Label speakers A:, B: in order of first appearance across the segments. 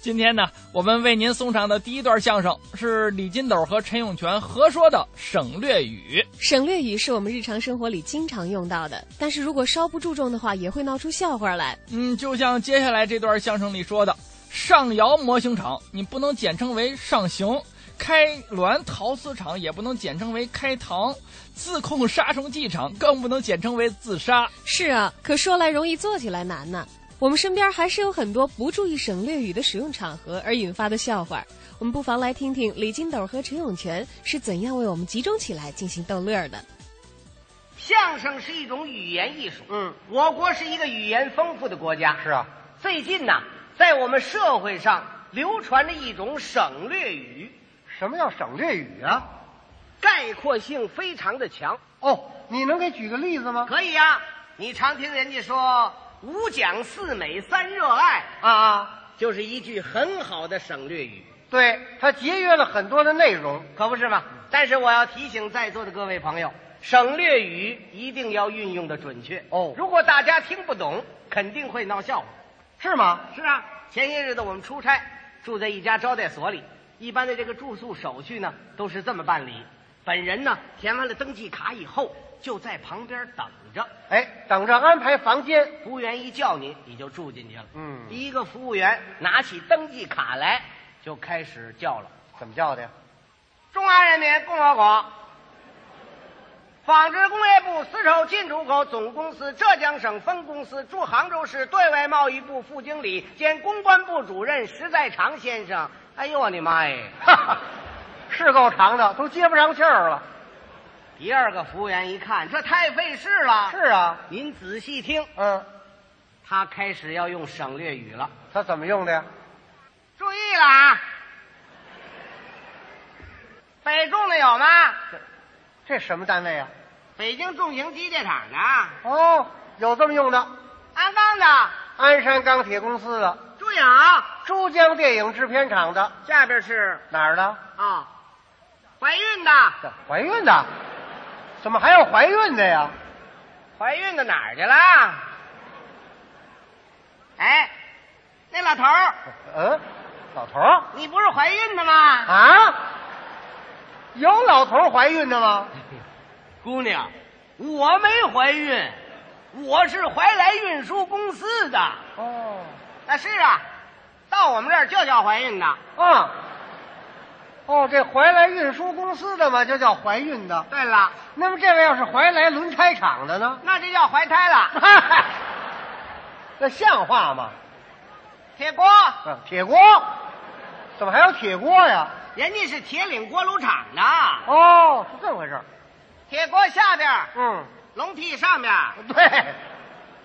A: 今天呢，我们为您送上的第一段相声是李金斗和陈永泉合说的省略语。
B: 省略语是我们日常生活里经常用到的，但是如果稍不注重的话，也会闹出笑话来。
A: 嗯，就像接下来这段相声里说的，上窑模型厂你不能简称为上刑，开滦陶瓷厂也不能简称为开膛，自控杀虫剂厂更不能简称为自杀。
B: 是啊，可说来容易，做起来难呢。我们身边还是有很多不注意省略语的使用场合而引发的笑话。我们不妨来听听李金斗和陈永泉是怎样为我们集中起来进行逗乐的。
C: 相声是一种语言艺术。
D: 嗯，
C: 我国是一个语言丰富的国家。
D: 是啊，
C: 最近呢，在我们社会上流传着一种省略语，
D: 什么叫省略语啊？
C: 概括性非常的强。
D: 哦，你能给举个例子吗？
C: 可以呀、你常听人家说“五讲四美三热爱
D: 啊，”，
C: 就是一句很好的省略语，
D: 对，它节约了很多的内容。
C: 可不是吗？但是我要提醒在座的各位朋友，省略语一定要运用的准确
D: 哦
C: 如果大家听不懂，肯定会闹笑话。
D: 是吗？
C: 是啊，前些日子我们出差，住在一家招待所里。一般的这个住宿手续呢，都是这么办理。本人呢，填完了登记卡以后，就在旁边等着。
D: 哎，等着安排房间。
C: 服务员一叫你，你就住进去了。
D: 嗯
C: 第一个服务员拿起登记卡来，就开始叫了
D: 怎么叫的呀？：“
C: 中华人民共和国纺织工业部丝绸进出口总公司浙江省分公司驻杭州市对外贸易部副经理兼公关部主任石在长先生。”哎呦我的妈耶！
D: 哈哈，是够长的，都接不上气儿了。
C: 第二个服务员一看，这太费事了。
D: 是，啊，
C: 您仔细听，
D: 嗯，
C: 他开始要用省略语了。
D: 它怎么用的呀？
C: 注意了啊！北重的有吗？
D: 这什么单位啊？
C: 北京重型机械厂的啊，
D: 哦，有这么用的，
C: 鞍钢的，
D: 鞍山钢铁公司的，
C: 注意啊！
D: 珠江电影制片厂的，
C: 下边是
D: 哪儿的？
C: 啊，怀孕的，
D: 这怀孕的？怎么还有怀孕的呀？
C: 怀孕的哪儿去了？哎，那老头儿，
D: 嗯，老头儿
C: 你不是怀孕的吗？
D: 啊？有老头儿怀孕的吗？
C: 姑娘，我没怀孕，我是怀来运输公司的。
D: 哦，
C: 啊，是啊，到我们这儿就叫怀孕的。
D: 啊，哦，这怀来运输公司的嘛，就叫怀运的。
C: 对了，
D: 那么这位要是怀来轮胎厂的呢？
C: 那这叫怀胎了。
D: 那像话吗？
C: 铁锅，
D: 啊，铁锅，怎么还有铁锅呀？
C: 人家是铁岭锅炉厂的。
D: 哦，是这么回事儿。
C: 铁锅下边儿，
D: 嗯，
C: 笼屉上边儿，
D: 对，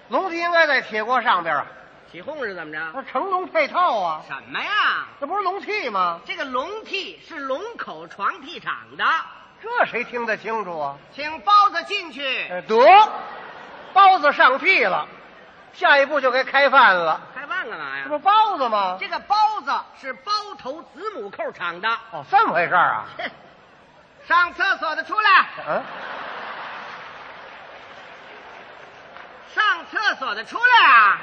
D: 笼屉应该在铁锅上边啊，
C: 起哄是怎么着？
D: 那成龙配套啊，
C: 什么呀？
D: 那不是笼屉吗？
C: 这个笼屉是龙口床屉厂的，
D: 这谁听得清楚啊？
C: 请包子进去。
D: 哎得，包子上屉了，下一步就该开饭了。
C: 开饭干嘛
D: 这不？包子吗？
C: 这个包子是包头子母扣厂的。
D: 哦，这么回事儿啊？
C: 上厕所的出来，
D: 嗯，
C: 上厕所的出来啊！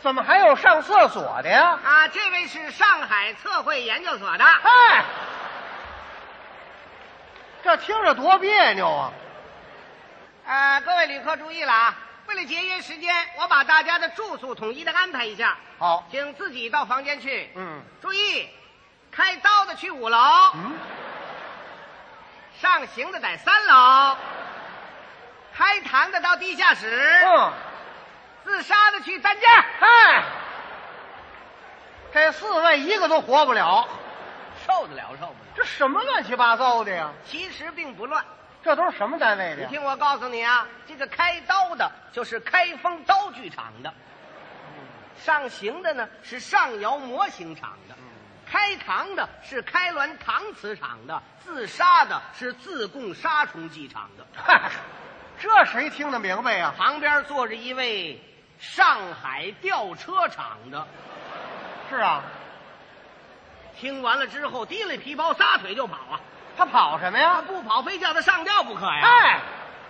D: 怎么还有上厕所的呀？
C: 啊，这位是上海测绘研究所的。
D: 嗨，这听着多别扭啊！
C: 呃，各位旅客注意了啊！为了节约时间，我把大家的住宿统一的安排一下，
D: 好，
C: 请自己到房间去。
D: 嗯
C: 注意，开刀的去五楼，
D: 嗯，
C: 上刑的在三楼，开膛的到地下室，
D: 嗯，
C: 自杀的去担架。
D: 嗨，这四位一个都活不了，
C: 受得了，受不了。
D: 这什么乱七八糟的呀？
C: 其实并不乱，
D: 这都是什么单位的
C: 你
D: 呀？
C: 听我告诉你啊，这个开刀的就是开封刀具厂的，
D: 嗯
C: 上刑的呢是上窑模型厂的。
D: 嗯
C: 开膛的是开滦搪瓷厂的，自杀的是自贡杀虫剂厂的。
D: 嗨，这谁听得明白呀？
C: 旁边坐着一位上海吊车厂的，
D: 是啊，
C: 听完了之后提了皮包，撒腿就跑啊！
D: 他跑什么呀
C: 他？不跑，非叫他上吊不可呀！
D: 哎，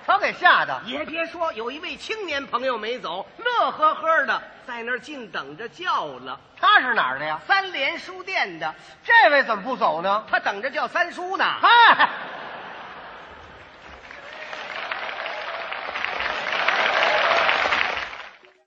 D: 他给吓的。
C: 也别说，有一位青年朋友没走，乐呵呵的在那儿静等着叫了。
D: 他是哪儿的呀？
C: 三联书店的，
D: 这位怎么不走呢？
C: 他等着叫三叔呢。
D: 嗨。